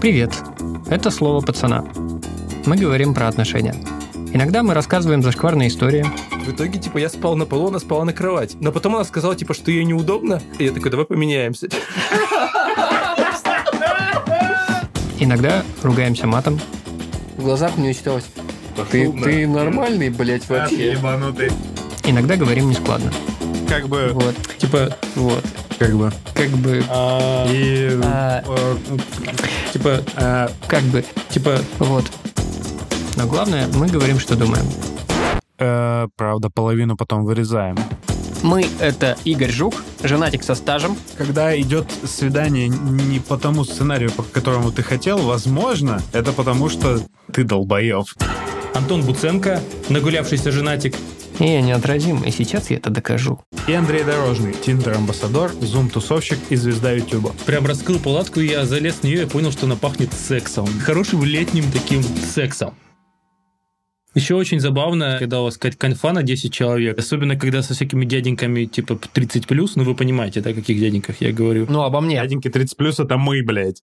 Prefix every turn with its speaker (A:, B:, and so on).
A: Привет! Это слово пацана. Мы говорим про отношения. Иногда мы рассказываем зашкварные истории.
B: В итоге, типа, я спал на полу, она спала на кровать. Но потом она сказала, типа, что ей неудобно. И я такой, давай поменяемся.
A: Иногда ругаемся матом.
C: В глазах не читалось. Ты, ты нормальный, блядь, вообще.
D: Ебанутый.
A: Иногда говорим нескладно.
D: Как бы...
A: Вот,
B: Типа,
A: вот.
D: Как бы...
A: Как бы,
D: И...
A: а,
D: э,
B: типа,
D: э,
A: как бы,
B: типа,
A: вот. Но главное, мы говорим, что думаем.
D: э, Правда, половину потом вырезаем.
A: Мы — это Игорь Жук, женатик со стажем.
D: Когда идет свидание не по тому сценарию, по которому ты хотел, возможно, это потому что ты долбоев.
B: Антон Буценко, нагулявшийся женатик.
A: И я неотразим, и сейчас я это докажу.
D: И Андрей Дорожный, Тиндер-амбассадор, Зум-тусовщик и звезда Ютуба.
E: Прям раскрыл палатку, и я залез в нее и понял, что она пахнет сексом. Хорошим летним таким сексом. Еще очень забавно, когда у вас какая-то конфа на 10 человек, особенно когда со всякими дяденьками типа 30+, ну вы понимаете, да, о каких дяденьках я говорю.
A: Ну, обо мне.
D: Дяденьки 30 плюс это мы, блядь.